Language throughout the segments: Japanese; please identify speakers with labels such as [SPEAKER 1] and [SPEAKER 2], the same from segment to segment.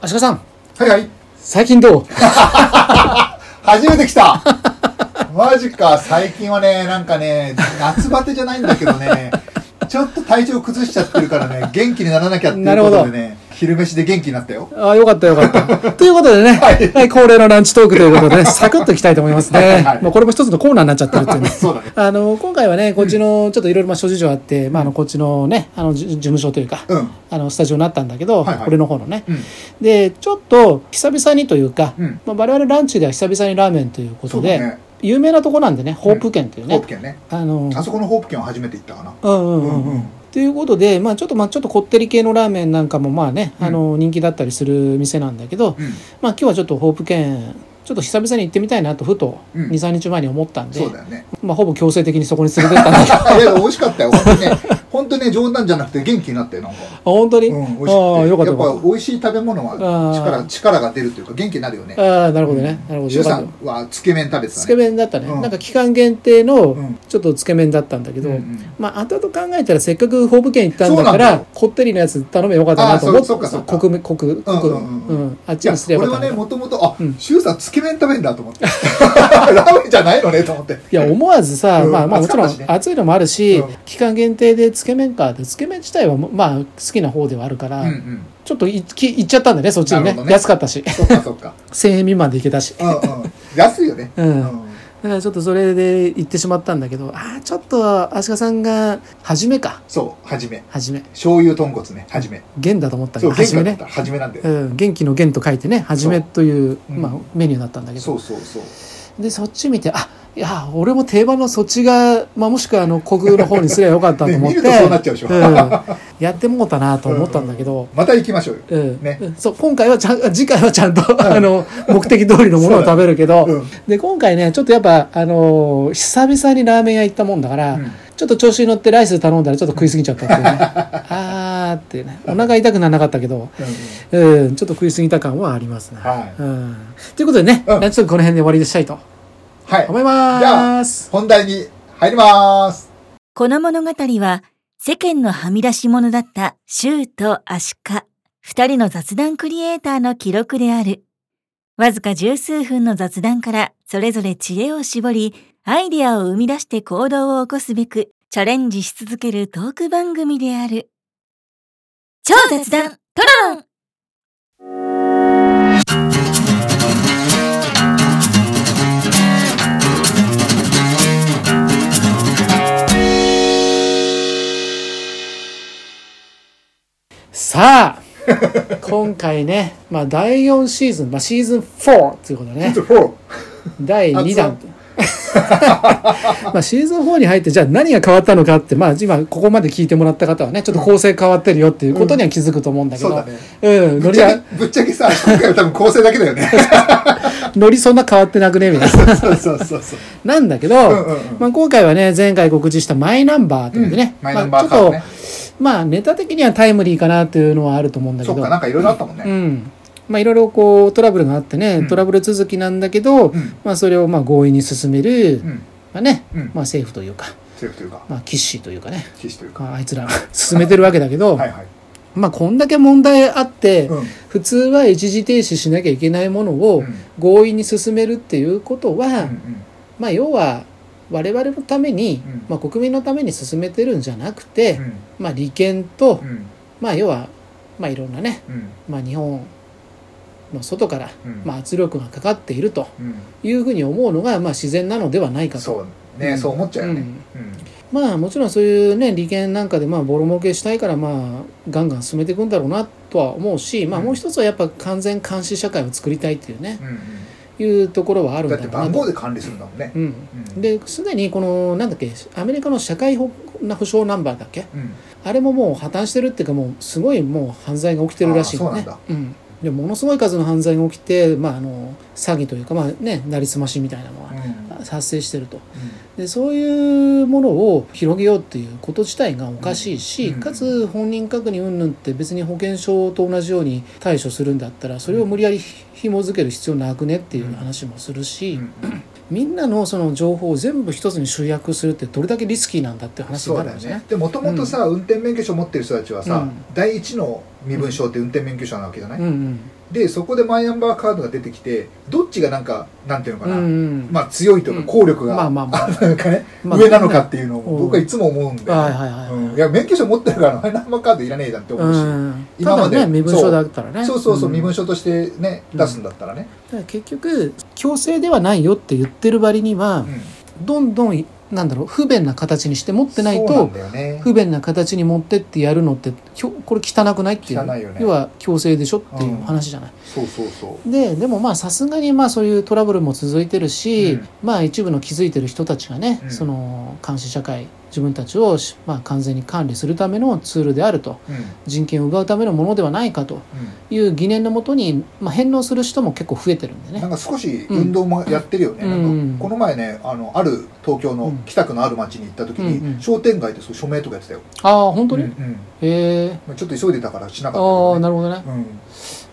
[SPEAKER 1] 足利さん
[SPEAKER 2] はいはい。
[SPEAKER 1] 最近どう
[SPEAKER 2] 初めて来た マジか、最近はね、なんかね、夏バテじゃないんだけどね、ちょっと体調崩しちゃってるからね、元気にならなきゃってい
[SPEAKER 1] な
[SPEAKER 2] う
[SPEAKER 1] る
[SPEAKER 2] こ
[SPEAKER 1] ほど
[SPEAKER 2] とでね、昼飯で元気になったよ。
[SPEAKER 1] ああよかったよかった ということでね、
[SPEAKER 2] はい
[SPEAKER 1] はい恒例のランチトークということでねサクッといきたいと思いますね
[SPEAKER 2] はいはいはい
[SPEAKER 1] もうこれも一つのコーナーになっちゃってるって いうね
[SPEAKER 2] そうだね。
[SPEAKER 1] あの今回はねこっちのちょっといろいろ諸事情あって、まあ、あのこっちのねあのじ事務所というか、
[SPEAKER 2] うん。
[SPEAKER 1] あのスタジオになったんだけど、
[SPEAKER 2] はいはい
[SPEAKER 1] 俺の方のね、
[SPEAKER 2] うん。
[SPEAKER 1] でちょっと久々にというか、
[SPEAKER 2] うん
[SPEAKER 1] まあ、我々ランチでは久々にラーメンというこ
[SPEAKER 2] そ
[SPEAKER 1] と
[SPEAKER 2] うだ
[SPEAKER 1] で、
[SPEAKER 2] ね。
[SPEAKER 1] 有名なとこなんでねホープ県という
[SPEAKER 2] ホー
[SPEAKER 1] ね
[SPEAKER 2] プ、県ね。
[SPEAKER 1] あの
[SPEAKER 2] あそこのホープ県は初めて行ったかな。
[SPEAKER 1] うんう
[SPEAKER 2] うん
[SPEAKER 1] うん、
[SPEAKER 2] ん。
[SPEAKER 1] ということで、まあ、ちょっとまあちょっとこってり系のラーメンなんかもまあね、
[SPEAKER 2] うん
[SPEAKER 1] あの人気だったりする店なんだけど、
[SPEAKER 2] うん。
[SPEAKER 1] まあ、今日はちょっとホープ県ちょっと久々に行ってみたいなとふと
[SPEAKER 2] うん
[SPEAKER 1] 23日前に思ったんで、
[SPEAKER 2] そうだよね。
[SPEAKER 1] まあ、ほぼ強制的にそこに連れてったん だけど
[SPEAKER 2] いや、美味しかったよ。本当にね、本当にね、冗談じゃなくて元気になったよ、なんか。
[SPEAKER 1] あ本当に、
[SPEAKER 2] うん、美味しくて。
[SPEAKER 1] ああよかったよ
[SPEAKER 2] や
[SPEAKER 1] か
[SPEAKER 2] っ
[SPEAKER 1] っ
[SPEAKER 2] ぱ美味しい食べ物は
[SPEAKER 1] あ
[SPEAKER 2] 力、
[SPEAKER 1] ー
[SPEAKER 2] 力が出るというか元気になるよね。
[SPEAKER 1] たああなるほどね、なるほど
[SPEAKER 2] シ
[SPEAKER 1] よ
[SPEAKER 2] ュウ
[SPEAKER 1] か
[SPEAKER 2] さ
[SPEAKER 1] った
[SPEAKER 2] んはつけ麺食べてたね。
[SPEAKER 1] つけ麺だったね、
[SPEAKER 2] うん
[SPEAKER 1] なんか期間限定
[SPEAKER 2] う
[SPEAKER 1] の
[SPEAKER 2] ん
[SPEAKER 1] ちょっとつけ麺だったんだけど、
[SPEAKER 2] うんうん
[SPEAKER 1] まあ後々考えたらせっかくホープ県行ったんだ
[SPEAKER 2] そ
[SPEAKER 1] か
[SPEAKER 2] うなんだ
[SPEAKER 1] ら
[SPEAKER 2] よ
[SPEAKER 1] こってりのやつ頼めばよかったなと思
[SPEAKER 2] あそっかそっか
[SPEAKER 1] 国民国国
[SPEAKER 2] うんうんうん
[SPEAKER 1] うんあっ
[SPEAKER 2] い
[SPEAKER 1] ち
[SPEAKER 2] や
[SPEAKER 1] にすれば
[SPEAKER 2] 俺
[SPEAKER 1] よか
[SPEAKER 2] は
[SPEAKER 1] った
[SPEAKER 2] ね
[SPEAKER 1] な
[SPEAKER 2] もともとあ
[SPEAKER 1] うん
[SPEAKER 2] シュウさんつけ麺食べるんだと思って ラーメンじゃないのねと思って
[SPEAKER 1] いや思わずさ、
[SPEAKER 2] うん
[SPEAKER 1] まあ、まあも
[SPEAKER 2] 暑
[SPEAKER 1] ち
[SPEAKER 2] かっ
[SPEAKER 1] ろ
[SPEAKER 2] たし
[SPEAKER 1] ん
[SPEAKER 2] ね
[SPEAKER 1] 暑いのもあるし、
[SPEAKER 2] うん
[SPEAKER 1] 期間限定でつけ麺かでつけ麺自体はもうまあ好きな方ではあるから、
[SPEAKER 2] うんうん
[SPEAKER 1] ちょっといき行っちゃったんだよねそっちにね
[SPEAKER 2] なるほどね
[SPEAKER 1] 安かったし
[SPEAKER 2] そっかそっか
[SPEAKER 1] 1000円未満で行けたし、
[SPEAKER 2] うんうん安いよね
[SPEAKER 1] うん
[SPEAKER 2] う
[SPEAKER 1] だか
[SPEAKER 2] ん
[SPEAKER 1] らちょっとそれで行ってしまったんだけどああちょっと足利さんが初めか
[SPEAKER 2] そうはじめ
[SPEAKER 1] 初め
[SPEAKER 2] 醤油豚骨ねはじめ
[SPEAKER 1] 元だと思ったけ
[SPEAKER 2] そ
[SPEAKER 1] ど
[SPEAKER 2] う元
[SPEAKER 1] 初
[SPEAKER 2] 気
[SPEAKER 1] め
[SPEAKER 2] だっ
[SPEAKER 1] ね
[SPEAKER 2] たはじめなんだよ
[SPEAKER 1] うん、元気の元と書いてね、はじめという、
[SPEAKER 2] うん
[SPEAKER 1] まあ、メニューだったんだけ
[SPEAKER 2] そ
[SPEAKER 1] ど、
[SPEAKER 2] うそうそう
[SPEAKER 1] で、そっち見て、あいや、俺も定番のそっちが、まあ、もしくはあの、国風の方にすればよかったと思って、
[SPEAKER 2] ね見るとそうなっちゃうでしょ
[SPEAKER 1] ん、やってもうたなと思ったんだけど、
[SPEAKER 2] また行きましょうよ
[SPEAKER 1] うん
[SPEAKER 2] ね
[SPEAKER 1] うんそう、今回はちゃん、次回はちゃんと、あの、目的通りのものを食べるけど、
[SPEAKER 2] うん
[SPEAKER 1] で、今回ね、ちょっとやっぱ、あのー久々にラーメン屋行ったもんだから、
[SPEAKER 2] うん
[SPEAKER 1] ちょっと調子に乗ってライス頼んだらちょっと食いすぎちゃったっていう ね。あーってね、お腹痛くならなかったけど、
[SPEAKER 2] うんうん
[SPEAKER 1] うん、ちょっと食い過ぎた感はありますね。
[SPEAKER 2] はい
[SPEAKER 1] うん。ということでね、
[SPEAKER 2] うん
[SPEAKER 1] ランチトークこの辺で終わりにしたいと
[SPEAKER 2] はい
[SPEAKER 1] 思います。
[SPEAKER 2] 本題に入ります
[SPEAKER 3] この物語は世間のはみ出し者だったシューとアシカ、二人の雑談クリエイターの記録である。わずか十数分の雑談からそれぞれ知恵を絞り、アイデアを生み出して行動を起こすべくチャレンジし続けるトーク番組である。超雑談トロロン
[SPEAKER 1] さあ、今回ね、まあ、第4シーズン、まあ、シーズン4ということでね
[SPEAKER 2] ちょ、っとフォロ
[SPEAKER 1] 第2弾
[SPEAKER 2] あ。
[SPEAKER 1] まあシーズン4に入ってじゃあ何が変わったのかって、まあ、今ここまで聞いてもらった方はねちょっと構成変わってるよっていうことには気づくと思うんだ
[SPEAKER 2] ー
[SPEAKER 1] けど、
[SPEAKER 2] そううんだねぶ
[SPEAKER 1] ノ
[SPEAKER 2] っ
[SPEAKER 1] リ
[SPEAKER 2] ちゃ
[SPEAKER 1] は
[SPEAKER 2] けぶっちゃけさ今回は多分構成だけだ よね
[SPEAKER 1] ノリそんな変わってなくねみたいな
[SPEAKER 2] そうそうそうそう
[SPEAKER 1] なんだけど、
[SPEAKER 2] んうんうん
[SPEAKER 1] まあ、今回はね、前回告知したマイナンバーということでね、
[SPEAKER 2] うんマイナンバー
[SPEAKER 1] ま
[SPEAKER 2] カード
[SPEAKER 1] あ、
[SPEAKER 2] ね
[SPEAKER 1] ちょっと、まあ、ネタ的にはタイムリーかなというのはあると思うんだけ
[SPEAKER 2] そ
[SPEAKER 1] ど、
[SPEAKER 2] っかなんかいろいろあったもん
[SPEAKER 1] う
[SPEAKER 2] ね
[SPEAKER 1] ん。まあ、いろいろこう、トラブルがあってね、
[SPEAKER 2] うん
[SPEAKER 1] トラブル続きなんだけど、
[SPEAKER 2] うん
[SPEAKER 1] まあ、それをまあ、強引に進める、
[SPEAKER 2] うん
[SPEAKER 1] まあね、
[SPEAKER 2] うん
[SPEAKER 1] まあ、政府というか、
[SPEAKER 2] セーフというか
[SPEAKER 1] まあ、キッシーというかね、
[SPEAKER 2] 騎士というか
[SPEAKER 1] まあ、あいつらが 進めてるわけだけど、
[SPEAKER 2] はいはい
[SPEAKER 1] まあ、こんだけ問題あって、
[SPEAKER 2] うん
[SPEAKER 1] 普通は一時停止しなきゃいけないもの
[SPEAKER 2] う
[SPEAKER 1] を
[SPEAKER 2] ん
[SPEAKER 1] 強引に進めるっていうことは、
[SPEAKER 2] うん
[SPEAKER 1] まあ、要は我々のために、
[SPEAKER 2] うん
[SPEAKER 1] まあ、国民のために進めてるんじゃなくて、
[SPEAKER 2] うん
[SPEAKER 1] まあ、利権と、
[SPEAKER 2] うん
[SPEAKER 1] まあ、要は、まあ、いろんなね、
[SPEAKER 2] うん
[SPEAKER 1] まあ、日本の外から、
[SPEAKER 2] うん
[SPEAKER 1] まあ、圧力がかかっていると
[SPEAKER 2] うん
[SPEAKER 1] いうふうに思うのが、まあ、自然なのではないかと。
[SPEAKER 2] そう
[SPEAKER 1] う
[SPEAKER 2] ね
[SPEAKER 1] ん
[SPEAKER 2] そう思っちゃうよねうん
[SPEAKER 1] まあもちろんそういうね利権なんかでまあボロ儲けしたいからまあガンガン進めていくんだろうなとは思うしまあ
[SPEAKER 2] うん
[SPEAKER 1] もう一つはやっぱ完全監視社会を作りたいっていうね
[SPEAKER 2] うん
[SPEAKER 1] いうところはある
[SPEAKER 2] うん
[SPEAKER 1] んだ
[SPEAKER 2] だ
[SPEAKER 1] ろ
[SPEAKER 2] っ
[SPEAKER 1] う
[SPEAKER 2] て
[SPEAKER 1] な
[SPEAKER 2] 番
[SPEAKER 1] と
[SPEAKER 2] 号で管理するんだもんね
[SPEAKER 1] うん、
[SPEAKER 2] うん
[SPEAKER 1] ですでにこのなんだっけアメリカの社会保保障ナンバーだっけ
[SPEAKER 2] うん
[SPEAKER 1] あれももう破綻してるっていうかもうすごいもう犯罪が起きてるらしいの
[SPEAKER 2] あ
[SPEAKER 1] ね
[SPEAKER 2] そうなんだ
[SPEAKER 1] うんでものすごい数の犯罪が起きて、まあ、あの詐欺というか、まあね、なりすましみたいなの
[SPEAKER 2] う
[SPEAKER 1] は
[SPEAKER 2] ん
[SPEAKER 1] 発生してるとでそういうものを広げようっていうこと自体がおかしいし、
[SPEAKER 2] うん
[SPEAKER 1] かつ本人確認云々って別に保険証と同じように対処するんだったらそれを無理やり紐づける必要なくねっていう話もするし、
[SPEAKER 2] うんうん
[SPEAKER 1] みんなのその情報を全部一つに集約するってどれだけリスキーなんだって話に
[SPEAKER 2] そ
[SPEAKER 1] な
[SPEAKER 2] う
[SPEAKER 1] る
[SPEAKER 2] だ
[SPEAKER 1] んで
[SPEAKER 2] よ
[SPEAKER 1] す
[SPEAKER 2] ね
[SPEAKER 1] ね。
[SPEAKER 2] でもともとさ運転免許証持ってる人たちは
[SPEAKER 1] う
[SPEAKER 2] さ
[SPEAKER 1] ん
[SPEAKER 2] 第一の身分証って運転免許証なわけじゃない、
[SPEAKER 1] うんうん
[SPEAKER 2] でそこでマイナンバーカードが出てきてどっちがなんかなんていうの
[SPEAKER 1] う
[SPEAKER 2] かな、
[SPEAKER 1] ん
[SPEAKER 2] まあ強いという
[SPEAKER 1] うん
[SPEAKER 2] か効力
[SPEAKER 1] まあ
[SPEAKER 2] が、
[SPEAKER 1] まあまあ
[SPEAKER 2] なんかね
[SPEAKER 1] まあ
[SPEAKER 2] 上なのかっていうのを僕はいつも思うんで、
[SPEAKER 1] はいはいはい
[SPEAKER 2] うんいや免許証持ってるからマイナンバーカードいらねえじゃんって思うし、
[SPEAKER 1] うん
[SPEAKER 2] 今ま
[SPEAKER 1] た
[SPEAKER 2] で
[SPEAKER 1] だね身分証だったらね
[SPEAKER 2] そうそうそう、
[SPEAKER 1] ん
[SPEAKER 2] 身分証としてね出すんだったらね、
[SPEAKER 1] だから結局強制ではないよって言ってる割には、
[SPEAKER 2] うん
[SPEAKER 1] どんどんなんだろう不便な形にして持ってない
[SPEAKER 2] そうなん
[SPEAKER 1] と
[SPEAKER 2] だよね
[SPEAKER 1] 不便な形に持ってってやるのってひょこれ汚くないっていう
[SPEAKER 2] 汚いよね
[SPEAKER 1] 要は強制でしょっていう話じゃない、
[SPEAKER 2] そうそうそ
[SPEAKER 1] ででもまあさすがにまあそういうトラブルも続いてるし、
[SPEAKER 2] うん
[SPEAKER 1] まあ一部の気づいてる人たちがね、
[SPEAKER 2] うん
[SPEAKER 1] その監視社会自分たちをし、まあ、完全に管理するためのツールであると
[SPEAKER 2] う、うんうん
[SPEAKER 1] 人権を奪うためのものではないかという疑念のもとに、まあ、返納する人も結構増えてるんでね
[SPEAKER 2] なんか少し運動もやってるよね、
[SPEAKER 1] うん
[SPEAKER 2] なんかこの前ねあのある東京
[SPEAKER 1] う
[SPEAKER 2] の
[SPEAKER 1] ん
[SPEAKER 2] 北区のある町に行った時に、
[SPEAKER 1] うんうん
[SPEAKER 2] 商店街でそう署名とかやってたよ
[SPEAKER 1] ああ本当に、
[SPEAKER 2] うんうん
[SPEAKER 1] へえ
[SPEAKER 2] まあちょっと急いでたからしなかったけ
[SPEAKER 1] あ
[SPEAKER 2] ど
[SPEAKER 1] あ
[SPEAKER 2] ね
[SPEAKER 1] なるほどね
[SPEAKER 2] うん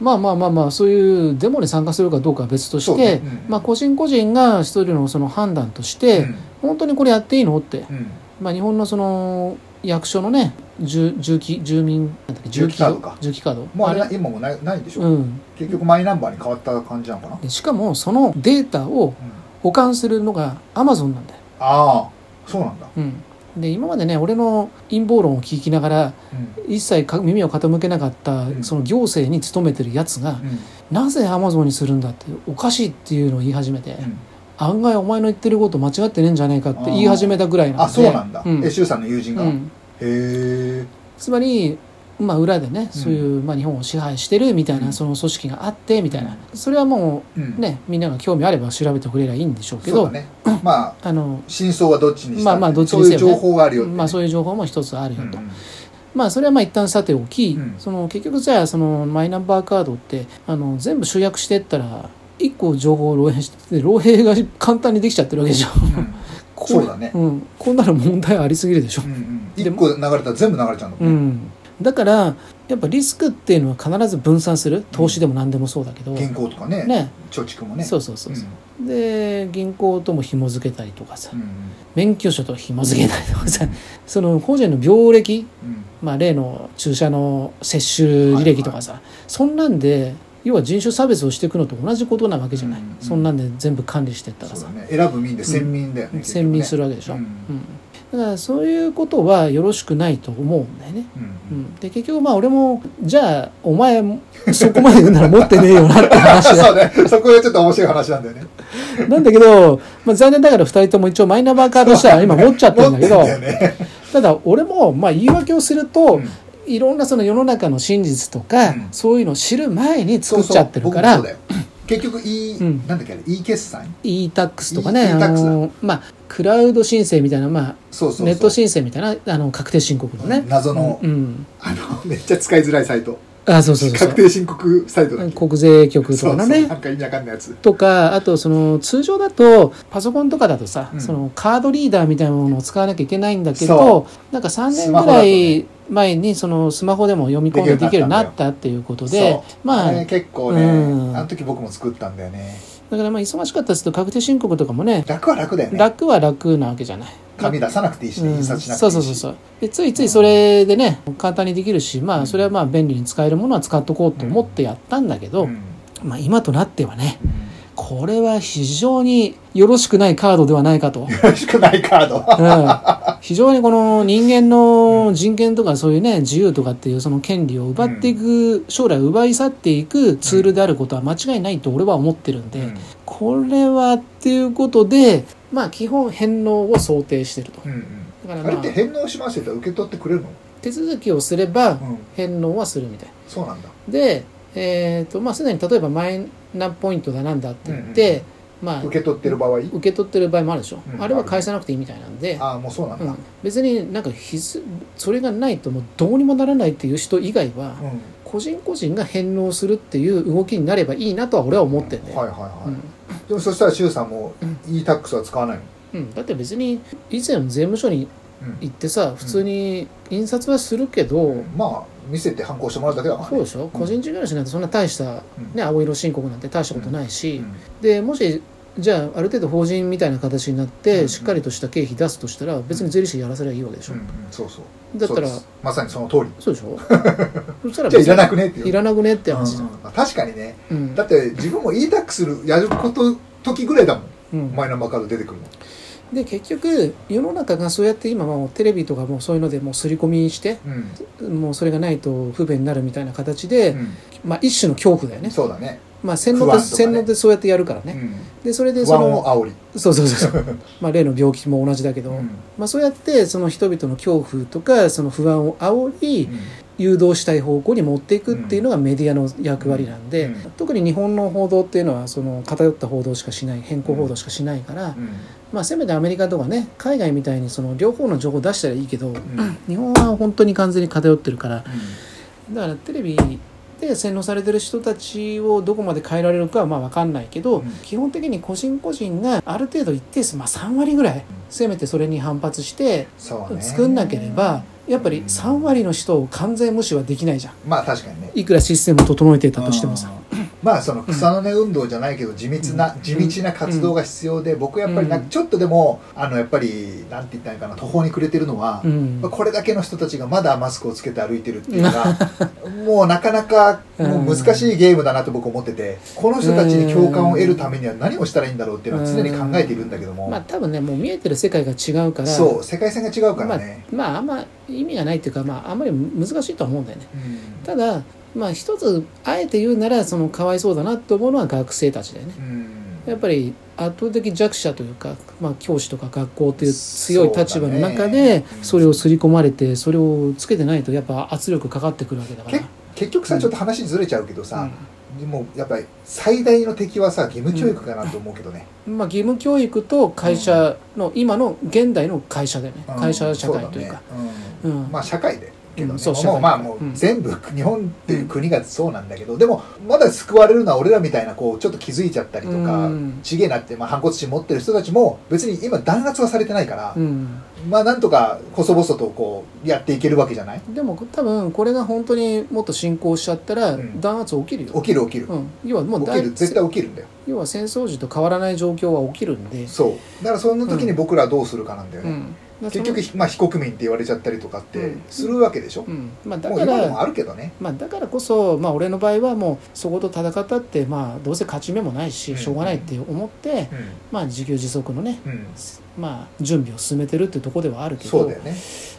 [SPEAKER 1] まあまあまあまあそういうデモに参加するかどうかは別と
[SPEAKER 2] そ
[SPEAKER 1] し
[SPEAKER 2] う
[SPEAKER 1] て、
[SPEAKER 2] ねうん
[SPEAKER 1] まあ個人個人が一人のその判断として、本当にこれやっていいのって、
[SPEAKER 2] うんうん
[SPEAKER 1] まあ、日本のその役所のね住住基住民なんだっけ
[SPEAKER 2] 住基カードか
[SPEAKER 1] 住基カード
[SPEAKER 2] もうあれ
[SPEAKER 1] あ
[SPEAKER 2] な今もないないでしょ、
[SPEAKER 1] うん
[SPEAKER 2] 結局マイナンバーに変わった感じなのかな、
[SPEAKER 1] でしかもそのデータを
[SPEAKER 2] うん
[SPEAKER 1] 保管するのがアマゾンなんだよ、
[SPEAKER 2] ああそうなんだ、
[SPEAKER 1] うん、で今までね俺の陰謀論を聞きながら
[SPEAKER 2] うん
[SPEAKER 1] 一切か耳を傾けなかった
[SPEAKER 2] ん
[SPEAKER 1] その行政に勤めてるやつが、
[SPEAKER 2] うん
[SPEAKER 1] なぜアマゾンにするんだっておかしいっていうのを言い始めて、
[SPEAKER 2] うん
[SPEAKER 1] 案外お前の言ってること間違ってねえんじゃねえかって言い始めたぐらいなんで
[SPEAKER 2] あそうなんだ、
[SPEAKER 1] うん
[SPEAKER 2] え周さんの友人が、
[SPEAKER 1] う
[SPEAKER 2] へ
[SPEAKER 1] ん
[SPEAKER 2] え
[SPEAKER 1] つまり、まあ、裏でねそういう、まあ、日本を支配してるみたいな、
[SPEAKER 2] うん
[SPEAKER 1] その組織があってみたいなそれはも
[SPEAKER 2] うん
[SPEAKER 1] うねみんなが興味あれば調べてくれりゃいいんでしょうけ
[SPEAKER 2] そ
[SPEAKER 1] ど
[SPEAKER 2] うだねまあ
[SPEAKER 1] あの、
[SPEAKER 2] 真相はどっちにしたって
[SPEAKER 1] まあまあどっちにせよね
[SPEAKER 2] そういう情報があるよってね、
[SPEAKER 1] まあ、そうういう情報も一つあるよと、
[SPEAKER 2] んうん
[SPEAKER 1] まあそれはまあ一旦さておき、
[SPEAKER 2] うん
[SPEAKER 1] その結局じゃあそのマイナンバーカードってあの全部集約してったら一個情報を漏洩して漏洩が簡単にできちゃってるわけでしょ、
[SPEAKER 2] うん
[SPEAKER 1] こ
[SPEAKER 2] そうだね
[SPEAKER 1] うん、こんなの問題ありすぎるでしょ
[SPEAKER 2] うんうん、
[SPEAKER 1] で
[SPEAKER 2] 1個流れたら全部流れちゃうんだも
[SPEAKER 1] うん
[SPEAKER 2] ね、
[SPEAKER 1] ん、だからやっぱリスクっていうのは必ず分散する投資でも何でもそうだけど、
[SPEAKER 2] 銀行とかね
[SPEAKER 1] ね
[SPEAKER 2] 貯蓄もね
[SPEAKER 1] そううそうそうそう、で銀行とも紐付けたりとかさ、
[SPEAKER 2] んうん
[SPEAKER 1] 免許証と紐付けたりとかさその個人の病歴、
[SPEAKER 2] うん
[SPEAKER 1] まあ、例の注射の接種履歴とかさ、そんなんで要は人種差別をしていくのと同じことなわけじゃない、
[SPEAKER 2] うんうん
[SPEAKER 1] そんなんで全部管理してった
[SPEAKER 2] そ
[SPEAKER 1] ら
[SPEAKER 2] う
[SPEAKER 1] さ
[SPEAKER 2] だ、ね選ぶ民で先民だよね、
[SPEAKER 1] 先民する
[SPEAKER 2] る
[SPEAKER 1] わけでしょ、
[SPEAKER 2] うん
[SPEAKER 1] うんだからそういうことはよろしくないと思うんだよね
[SPEAKER 2] うん
[SPEAKER 1] うん、で結局まあ俺もじゃあお前そこまで言うなら持ってねえよなって話
[SPEAKER 2] そ
[SPEAKER 1] だ
[SPEAKER 2] うねそこがちょっと面白い話なんだよね
[SPEAKER 1] なんだけど、まあ、残念ながら2人とも一応マイナンバーカードしたら今持っちゃってるんだけど
[SPEAKER 2] 持ってんだよね
[SPEAKER 1] ただ俺もまあ言い訳をすると、
[SPEAKER 2] うん
[SPEAKER 1] いろんなその世の中の真実とか、
[SPEAKER 2] うん
[SPEAKER 1] そういうのを知る前に作
[SPEAKER 2] そう
[SPEAKER 1] っ
[SPEAKER 2] そう
[SPEAKER 1] ちゃってるから
[SPEAKER 2] 僕もそうだよ結局 E、
[SPEAKER 1] うん
[SPEAKER 2] なんだっけあれ E 決済
[SPEAKER 1] e-tax とかね、
[SPEAKER 2] e-tax
[SPEAKER 1] あのまあ、クラウド申請みたいな、まあ、
[SPEAKER 2] そうそうそう
[SPEAKER 1] ネット申請みたいなあの確定申告のね、
[SPEAKER 2] 謎の、
[SPEAKER 1] うんうん
[SPEAKER 2] あのめっちゃ使いづらいサイト
[SPEAKER 1] あそうそうそう
[SPEAKER 2] 確定申告サイトだっけ
[SPEAKER 1] 国税局と
[SPEAKER 2] そ
[SPEAKER 1] か
[SPEAKER 2] うそ
[SPEAKER 1] の
[SPEAKER 2] う
[SPEAKER 1] ね
[SPEAKER 2] なんか意味わかんないやつ
[SPEAKER 1] とかあとその通常だとパソコンとかだとさ、
[SPEAKER 2] うん
[SPEAKER 1] そのカードリーダーみたいなものを使わなきゃいけないんだけど
[SPEAKER 2] そ
[SPEAKER 1] なんか3
[SPEAKER 2] ス
[SPEAKER 1] 年
[SPEAKER 2] マ
[SPEAKER 1] ぐ
[SPEAKER 2] ホだ
[SPEAKER 1] ら
[SPEAKER 2] と
[SPEAKER 1] い
[SPEAKER 2] ね
[SPEAKER 1] 前にそのスマホでも読み込んでできるようになったっていうことで
[SPEAKER 2] そう
[SPEAKER 1] まあ
[SPEAKER 2] れ結構ね、
[SPEAKER 1] うん
[SPEAKER 2] あの時僕も作ったんだよね
[SPEAKER 1] だからまあ忙しかったですと確定申告とかもね
[SPEAKER 2] 楽は楽だよね
[SPEAKER 1] 楽は楽なわけじゃない。
[SPEAKER 2] 紙出さなくていいし、
[SPEAKER 1] うん
[SPEAKER 2] 印
[SPEAKER 1] そう
[SPEAKER 2] 刷しなくて
[SPEAKER 1] そ
[SPEAKER 2] いいうし
[SPEAKER 1] そうそうでついついそれでね簡単にできるしま
[SPEAKER 2] う
[SPEAKER 1] あ
[SPEAKER 2] ん
[SPEAKER 1] それはまあ便利に使えるものは使っとこうと思ってやったんだけど、
[SPEAKER 2] ん
[SPEAKER 1] まあ今となってはねこれは非常によろしくないカードではないかと
[SPEAKER 2] よろしくないカードは
[SPEAKER 1] うん非常にこの人間の人権とかそういうね自由とかっていうその権利を奪っていく将来奪い去っていくツールであることは間違いないと俺は思ってるんでこれはっていうことでまあ基本返納を想定してると
[SPEAKER 2] うんうん
[SPEAKER 1] だから
[SPEAKER 2] あ
[SPEAKER 1] ま
[SPEAKER 2] れっ
[SPEAKER 1] あ
[SPEAKER 2] て返納しますよって受け取ってくれるの、
[SPEAKER 1] 手続きをすれば
[SPEAKER 2] うん、
[SPEAKER 1] 返納はするみたい
[SPEAKER 2] そうなんだ
[SPEAKER 1] でえっとまあすでに例えばマイナポイントだなんだって言ってまあ
[SPEAKER 2] 受け取ってる場合
[SPEAKER 1] 受け取ってる場合もあるでしょ
[SPEAKER 2] うん
[SPEAKER 1] あれは返さなくていいみたいなんで
[SPEAKER 2] ああもうそうなんだ、
[SPEAKER 1] うん、別になんか必須それがないともうどうにもならないっていう人以外は、
[SPEAKER 2] うん
[SPEAKER 1] 個人個人が返納するっていう動きになればいいなとは俺は思ってんだよ、
[SPEAKER 2] はいはいはい、
[SPEAKER 1] うん
[SPEAKER 2] でもそしたら周さんも
[SPEAKER 1] うん
[SPEAKER 2] e-tax は使わないの、
[SPEAKER 1] うんだって別に以前税務署に
[SPEAKER 2] うん
[SPEAKER 1] 行ってさ普通に印刷はするけど、
[SPEAKER 2] まあ見せて反抗してもらうだけだから
[SPEAKER 1] そう
[SPEAKER 2] ね
[SPEAKER 1] でしょ、個人事業主なんてそんな大した、
[SPEAKER 2] うん
[SPEAKER 1] ね、青色申告なんて大したことないし、
[SPEAKER 2] うん
[SPEAKER 1] でもしじゃあある程度法人みたいな形になって、
[SPEAKER 2] うん
[SPEAKER 1] しっかりとした経費出すとしたら別に税理士やらせればいいわけでし
[SPEAKER 2] う
[SPEAKER 1] ょ、
[SPEAKER 2] んうんそうそう
[SPEAKER 1] だったら
[SPEAKER 2] そうですまさにその通り
[SPEAKER 1] そうでしょそしたら
[SPEAKER 2] じゃあいらな
[SPEAKER 1] く
[SPEAKER 2] くねっていう
[SPEAKER 1] いらなくねって話じゃん、
[SPEAKER 2] うんまあ確かにね
[SPEAKER 1] うん
[SPEAKER 2] だって自分も e タックスするやること時ぐらいだもん
[SPEAKER 1] うん
[SPEAKER 2] マイナンバーカード出てくるの
[SPEAKER 1] で結局世の中がそうやって今もうテレビとかもそういうのでもう刷り込みして
[SPEAKER 2] うん
[SPEAKER 1] もうそれがないと不便になるみたいな形で、まあ一種の恐怖だよね、
[SPEAKER 2] そうだね
[SPEAKER 1] まあ、洗脳
[SPEAKER 2] 不
[SPEAKER 1] で、
[SPEAKER 2] 安とかね
[SPEAKER 1] 洗脳でそうやってやるから
[SPEAKER 2] う
[SPEAKER 1] ね、
[SPEAKER 2] ん
[SPEAKER 1] でそれで
[SPEAKER 2] 不
[SPEAKER 1] そ
[SPEAKER 2] 安を
[SPEAKER 1] の
[SPEAKER 2] 煽り
[SPEAKER 1] そうそうそうそう まあ例の病気も同じだけど、
[SPEAKER 2] うん
[SPEAKER 1] まあ、そうやってその人々の恐怖とかその不安を煽り誘導したい方向に持っていくっていうのがメディアの役割なんで、
[SPEAKER 2] うんうん
[SPEAKER 1] 特に日本の報道っていうのはその偏った報道しかしない変更報道しかしないから、
[SPEAKER 2] うん
[SPEAKER 1] まあ、せめてアメリカとかね海外みたいにその両方の情報を出したらいいけど、
[SPEAKER 2] うんうん
[SPEAKER 1] 日本は本当に完全に偏ってるからだからテレビで洗脳されてる人たちをどこまで変えられるかはまあ分かんないけど、
[SPEAKER 2] うん
[SPEAKER 1] 基本的に個人個人がある程度一定数、まあ、3割ぐらいせめてそれに反発して
[SPEAKER 2] そうね
[SPEAKER 1] 作んなければやっぱり3割の人を完全無視はできないじゃん
[SPEAKER 2] まあ確かにね
[SPEAKER 1] いくらシステムを整えてたとしてもさ
[SPEAKER 2] うんまあその草の根運動じゃないけど地道な、
[SPEAKER 1] うん
[SPEAKER 2] 地道な活動が必要で、僕やっぱりなんかちょっとでもあのやっぱりなんて言ったらいいかな途方に暮れてるのは、
[SPEAKER 1] うん
[SPEAKER 2] まあこれだけの人たちがまだマスクをつけて歩いてるっていうのがもうなかなかもう難しいゲームだなと僕思っててこの人たちに共感を得るためには何をしたらいいんだろうっていうのは常に考えているんだけども、
[SPEAKER 1] まあ多分ねもう見えてる世界が違うから
[SPEAKER 2] そう世界線が違うからね、
[SPEAKER 1] まああんま意味がないっていうかまああんまり難しいとは思うんだよね
[SPEAKER 2] うん
[SPEAKER 1] ただまあ一つあえて言うならそのかわいそうだなと思うのは学生たちだよね
[SPEAKER 2] うん
[SPEAKER 1] やっぱり圧倒的弱者というか、まあ、教師とか学校という強い立場の中
[SPEAKER 2] そうだ
[SPEAKER 1] で
[SPEAKER 2] ね
[SPEAKER 1] それを刷り込まれてそれをつけてないとやっぱ圧力かかってくるわけだから
[SPEAKER 2] け結局さちょっと話ずれちゃうけどさ、
[SPEAKER 1] うん
[SPEAKER 2] もうやっぱり最大の敵はさ義務教育かなと思うけどね、
[SPEAKER 1] まあ、義務教育と会社の、今の現代の会社だよね、会社社会というか
[SPEAKER 2] そだね
[SPEAKER 1] う
[SPEAKER 2] うん
[SPEAKER 1] ん
[SPEAKER 2] まあ社会でけどね、
[SPEAKER 1] うんそう
[SPEAKER 2] もう
[SPEAKER 1] 社会
[SPEAKER 2] まあもう
[SPEAKER 1] うん
[SPEAKER 2] 全部日本っていう国がそうなんだけど、でもまだ救われるのは俺らみたいなこうちょっと気づいちゃったりとか、
[SPEAKER 1] うん
[SPEAKER 2] ちげえなって、まあ、反骨心持ってる人たちも別に今弾圧はされてないから、
[SPEAKER 1] うん
[SPEAKER 2] まあなんとか細々とこうやっていけるわけじゃない
[SPEAKER 1] でも多分これが本当にもっと進行しちゃったら
[SPEAKER 2] うん
[SPEAKER 1] 弾圧起きるよ、
[SPEAKER 2] 起きる起きる、
[SPEAKER 1] うん、要はもう
[SPEAKER 2] 起
[SPEAKER 1] 大
[SPEAKER 2] きる絶対起きるんだよ
[SPEAKER 1] 要は戦争時と変わらない状況は起きるんで、
[SPEAKER 2] そうだからそんな時に僕らはどうするかなんだよ
[SPEAKER 1] う
[SPEAKER 2] ね、
[SPEAKER 1] ん、だから
[SPEAKER 2] 結
[SPEAKER 1] その
[SPEAKER 2] 局、まあ、非国民って言われちゃったりとかっ
[SPEAKER 1] う
[SPEAKER 2] て
[SPEAKER 1] ん
[SPEAKER 2] するわけでしょ、
[SPEAKER 1] うんまあ、だ
[SPEAKER 2] もう
[SPEAKER 1] か
[SPEAKER 2] 今でも
[SPEAKER 1] ら
[SPEAKER 2] あるけどね
[SPEAKER 1] まあ、だからこそ、まあ、俺の場合はもうそこと戦ったって、まあ、どうせ勝ち目もないし、
[SPEAKER 2] うん
[SPEAKER 1] しょうがないって思って、まあ、自給自足のね、
[SPEAKER 2] うん、うん、
[SPEAKER 1] まあ、準備を進めてるってとこではあるけど
[SPEAKER 2] そうだよね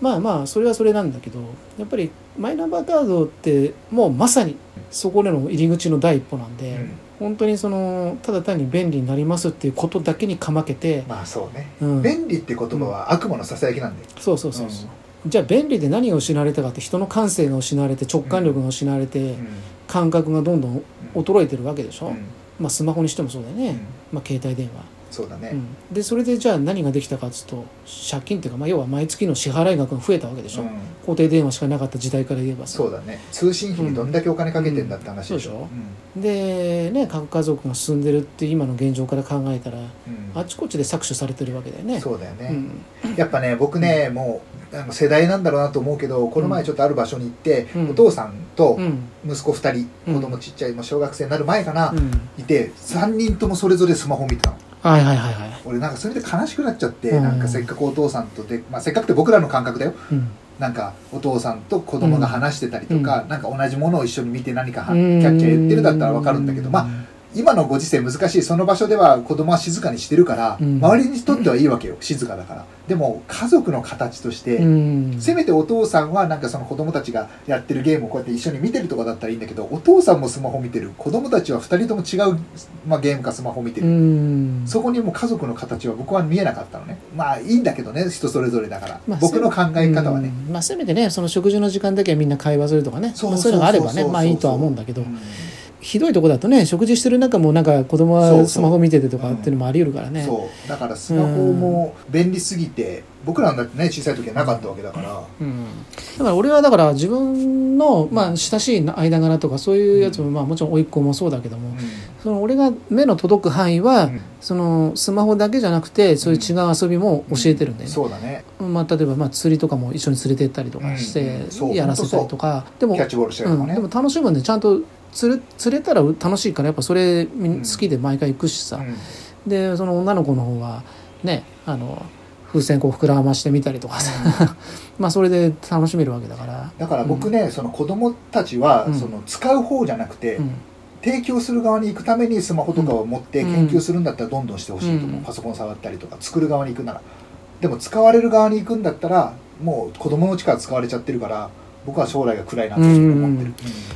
[SPEAKER 1] まあまあそれはそれなんだけどやっぱりマイナンバーカードってもうまさにそこでの入り口の第一歩なんで、
[SPEAKER 2] うん
[SPEAKER 1] 本当にそのただ単に便利になりますっていうことだけにかまけて、
[SPEAKER 2] まあそうね、
[SPEAKER 1] うん、
[SPEAKER 2] 便利って言葉は悪魔のささやきなんで、
[SPEAKER 1] そうそうそうそう、じゃあ便利で何が失われたかって人の感性が失われて直感力が失われて、
[SPEAKER 2] うん
[SPEAKER 1] 感覚がどんどん衰えてるわけでしょ、
[SPEAKER 2] うん
[SPEAKER 1] まあ、スマホにしてもそうだよね、
[SPEAKER 2] うん
[SPEAKER 1] まあ、携帯電話、
[SPEAKER 2] そうだね、
[SPEAKER 1] うん、でそれでじゃあ何ができたかっつうと借金っていうか、まあ、要は毎月の支払い額が増えたわけでしょ、
[SPEAKER 2] うん
[SPEAKER 1] 固定電話しかなかった時代から言えばさ
[SPEAKER 2] そうだね通信費にどんだけお金かけてんだって話でしょ、
[SPEAKER 1] う
[SPEAKER 2] うんん
[SPEAKER 1] そうでね核家族が進んでるって今の現状から考えたら
[SPEAKER 2] うん
[SPEAKER 1] あちこちで搾取されてるわけだよね
[SPEAKER 2] そうだよね、
[SPEAKER 1] うん
[SPEAKER 2] やっぱね僕ねもうあの世代なんだろうなと思うけどこの前ちょっとある場所に行って、
[SPEAKER 1] うん
[SPEAKER 2] お父さんと
[SPEAKER 1] うん
[SPEAKER 2] 息子2人、
[SPEAKER 1] うん
[SPEAKER 2] 子供ちっちゃいもう小学生になる前かな、
[SPEAKER 1] うん
[SPEAKER 2] いて3人ともそれぞれスマホ見てたの
[SPEAKER 1] はいはいはいはい
[SPEAKER 2] 俺なんかそれで悲しくなっちゃって、
[SPEAKER 1] うん
[SPEAKER 2] なんかせっかくお父さんとで、まあ、せっかくって僕らの感覚だよ
[SPEAKER 1] うん
[SPEAKER 2] なんかお父さんと子供が話してたりとか、なんか同じものを一緒に見て何かは
[SPEAKER 1] う
[SPEAKER 2] キャ
[SPEAKER 1] ん
[SPEAKER 2] ッキャ言ってるだったらわかるんだけどまあ今のご時世難しいその場所では子供は静かにしてるから、
[SPEAKER 1] うん
[SPEAKER 2] 周りにとってはいいわけよ静かだからでも家族の形として、
[SPEAKER 1] うん
[SPEAKER 2] せめてお父さんはなんかその子供たちがやってるゲームをこうやって一緒に見てるとかだったらいいんだけどお父さんもスマホ見てる子供たちは2人とも違う、まあ、ゲームかスマホ見て
[SPEAKER 1] う
[SPEAKER 2] る、
[SPEAKER 1] ん
[SPEAKER 2] そこにもう家族の形は僕は見えなかったのねまあいいんだけどね人それぞれだから、
[SPEAKER 1] まあ
[SPEAKER 2] 僕の考え方はね、
[SPEAKER 1] うんまあ、せめてねその食事の時間だけはみんな会話するとかね
[SPEAKER 2] そう
[SPEAKER 1] まあそういうのがあれば
[SPEAKER 2] そう
[SPEAKER 1] ね
[SPEAKER 2] そう
[SPEAKER 1] まあいいとは思うんだけ
[SPEAKER 2] う
[SPEAKER 1] ど
[SPEAKER 2] ん
[SPEAKER 1] ひどいとこだとね食事してる中もなんか子供
[SPEAKER 2] そうそ
[SPEAKER 1] は
[SPEAKER 2] う
[SPEAKER 1] スマホ見ててとかっていうのもあり得るからね
[SPEAKER 2] そうだからスマホも便利すぎて僕らだってね小さい時はなかったわけだから、
[SPEAKER 1] うんだから俺はだから自分のまあ親しい間柄とかそういうやつもまあもちろん甥っ子もそうだけどもその俺が目の届く範囲は
[SPEAKER 2] うん
[SPEAKER 1] そのスマホだけじゃなくてそういう違う遊びも教えてるんだよね
[SPEAKER 2] そうだね
[SPEAKER 1] まあ例えばまあ釣りとかも一緒に連れてったりとかし
[SPEAKER 2] うん
[SPEAKER 1] て
[SPEAKER 2] うんそう
[SPEAKER 1] やらせたりとかでも
[SPEAKER 2] キャッチボールしたりとかね、
[SPEAKER 1] うん、でも楽しむんでちゃんと釣れ釣れたら楽しいからやっぱそれみ
[SPEAKER 2] うん
[SPEAKER 1] 好きで毎回行くしさ、
[SPEAKER 2] うん
[SPEAKER 1] でその女の子の方はねあの風船こう膨らましてみたりとかさ まあそれで楽しめるわけだから
[SPEAKER 2] だから僕ね、その子供たちは、
[SPEAKER 1] うん
[SPEAKER 2] その使う方じゃなくて、
[SPEAKER 1] うん
[SPEAKER 2] 提供する側に行くためにスマホとかを持って
[SPEAKER 1] うん
[SPEAKER 2] 研究するんだったらどんどんしてほしいと思う、
[SPEAKER 1] うん
[SPEAKER 2] パソコン触ったりとか作る側に行くならでも使われる側に行くんだったらもう子供のうちから使われちゃってるから僕は将来が暗いなと思ってる、うん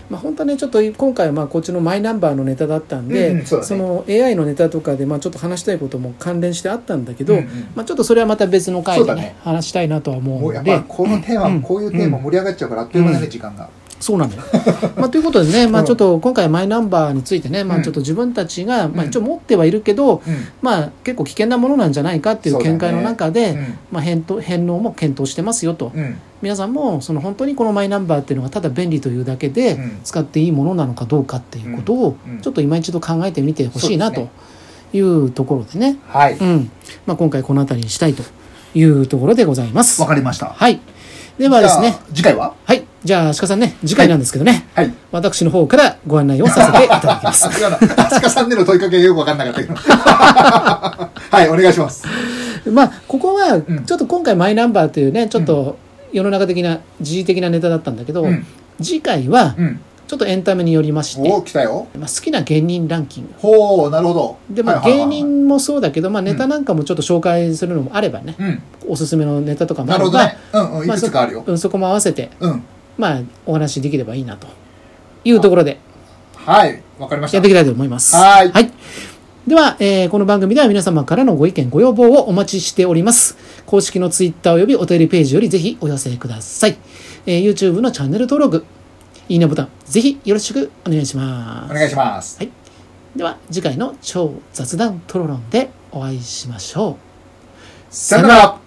[SPEAKER 1] まあ本当はねちょっと今回はまあこっちのマイナンバーのネタだったんで、
[SPEAKER 2] うんうんそうだね
[SPEAKER 1] の AI のネタとかでまあちょっと話したいことも関連してあったんだけど、
[SPEAKER 2] うんうん
[SPEAKER 1] まあ、ちょっとそれはまた別の回
[SPEAKER 2] そ
[SPEAKER 1] で、
[SPEAKER 2] う
[SPEAKER 1] ね
[SPEAKER 2] だね
[SPEAKER 1] 話したいなとは思
[SPEAKER 2] も
[SPEAKER 1] う
[SPEAKER 2] う
[SPEAKER 1] の
[SPEAKER 2] やっ
[SPEAKER 1] で
[SPEAKER 2] ぱこのテーマ、
[SPEAKER 1] うん
[SPEAKER 2] こういうテーマ盛り上がっちゃうからあっという間だね、
[SPEAKER 1] うん
[SPEAKER 2] 時間が、
[SPEAKER 1] そうなのよ、 まあ、ということでね、まあ、
[SPEAKER 2] うん
[SPEAKER 1] ちょっと今回マイナンバーについてね、ま
[SPEAKER 2] う
[SPEAKER 1] あ、
[SPEAKER 2] ん
[SPEAKER 1] ちょっと自分たちが、まあ、
[SPEAKER 2] うん
[SPEAKER 1] 一応持ってはいるけど、
[SPEAKER 2] うん
[SPEAKER 1] まあ、結構危険なものなんじゃないかっていう見解の中で、まあ、返答返納も検討してますよと、
[SPEAKER 2] うんうん
[SPEAKER 1] 皆さんもその本当にこのマイナンバーっていうのがただ便利というだけで
[SPEAKER 2] うん
[SPEAKER 1] 使っていいものなのかどうかっていうことを
[SPEAKER 2] うんうん
[SPEAKER 1] ちょっと今一度考えてみてほしいな
[SPEAKER 2] そう
[SPEAKER 1] というところでね、
[SPEAKER 2] はいわ、
[SPEAKER 1] うんまあ、今回この辺りにしたいというところでございます。
[SPEAKER 2] かりました
[SPEAKER 1] はい、ではです
[SPEAKER 2] じ
[SPEAKER 1] ね
[SPEAKER 2] ゃあ次回は
[SPEAKER 1] はい。じゃあ、鹿さんね、次回なんですけどね、
[SPEAKER 2] はい
[SPEAKER 1] 私の方からご案内をさせていただきます。
[SPEAKER 2] さすがだ飛鳥さんでの問いかけがよく分かんなかったけど はいお願いします
[SPEAKER 1] まあ、ここは、
[SPEAKER 2] ん
[SPEAKER 1] ちょっと今回マイナンバーというね、ちょっと世の中的な、時事的なネタだったんだけど、
[SPEAKER 2] うん
[SPEAKER 1] 次回は、
[SPEAKER 2] うん
[SPEAKER 1] ちょっとエンタメによりまして、
[SPEAKER 2] おお来たよ
[SPEAKER 1] まあ、好きな芸人ランキング。
[SPEAKER 2] ほうなるほど
[SPEAKER 1] で、まあ、
[SPEAKER 2] はいはい
[SPEAKER 1] 芸
[SPEAKER 2] はいはい
[SPEAKER 1] 人もそうだけど、まあ、ネタなんかもちょっと紹介するのもあればね、
[SPEAKER 2] うん
[SPEAKER 1] おすすめのネタとかもあ
[SPEAKER 2] な
[SPEAKER 1] れ
[SPEAKER 2] るほど
[SPEAKER 1] ば
[SPEAKER 2] ね、うんうんい
[SPEAKER 1] ま
[SPEAKER 2] くつかあるよ、
[SPEAKER 1] うんそこも合わせて、
[SPEAKER 2] うん
[SPEAKER 1] まあ、お話しできればいいなというところで、
[SPEAKER 2] はいわかりまし
[SPEAKER 1] やっ
[SPEAKER 2] た
[SPEAKER 1] ていきたいと思います。
[SPEAKER 2] はい
[SPEAKER 1] では、えーこの番組では皆様からのご意見、ご要望をお待ちしております。公式のツイッターおよびお便りページよりぜひお寄せください。えー YouTube のチャンネル登録、いいねボタン、ぜひよろしくお願いしま
[SPEAKER 2] お
[SPEAKER 1] す。
[SPEAKER 2] 願いします
[SPEAKER 1] では、次回の超雑談トロロンでお会いしましょう。
[SPEAKER 2] さよなら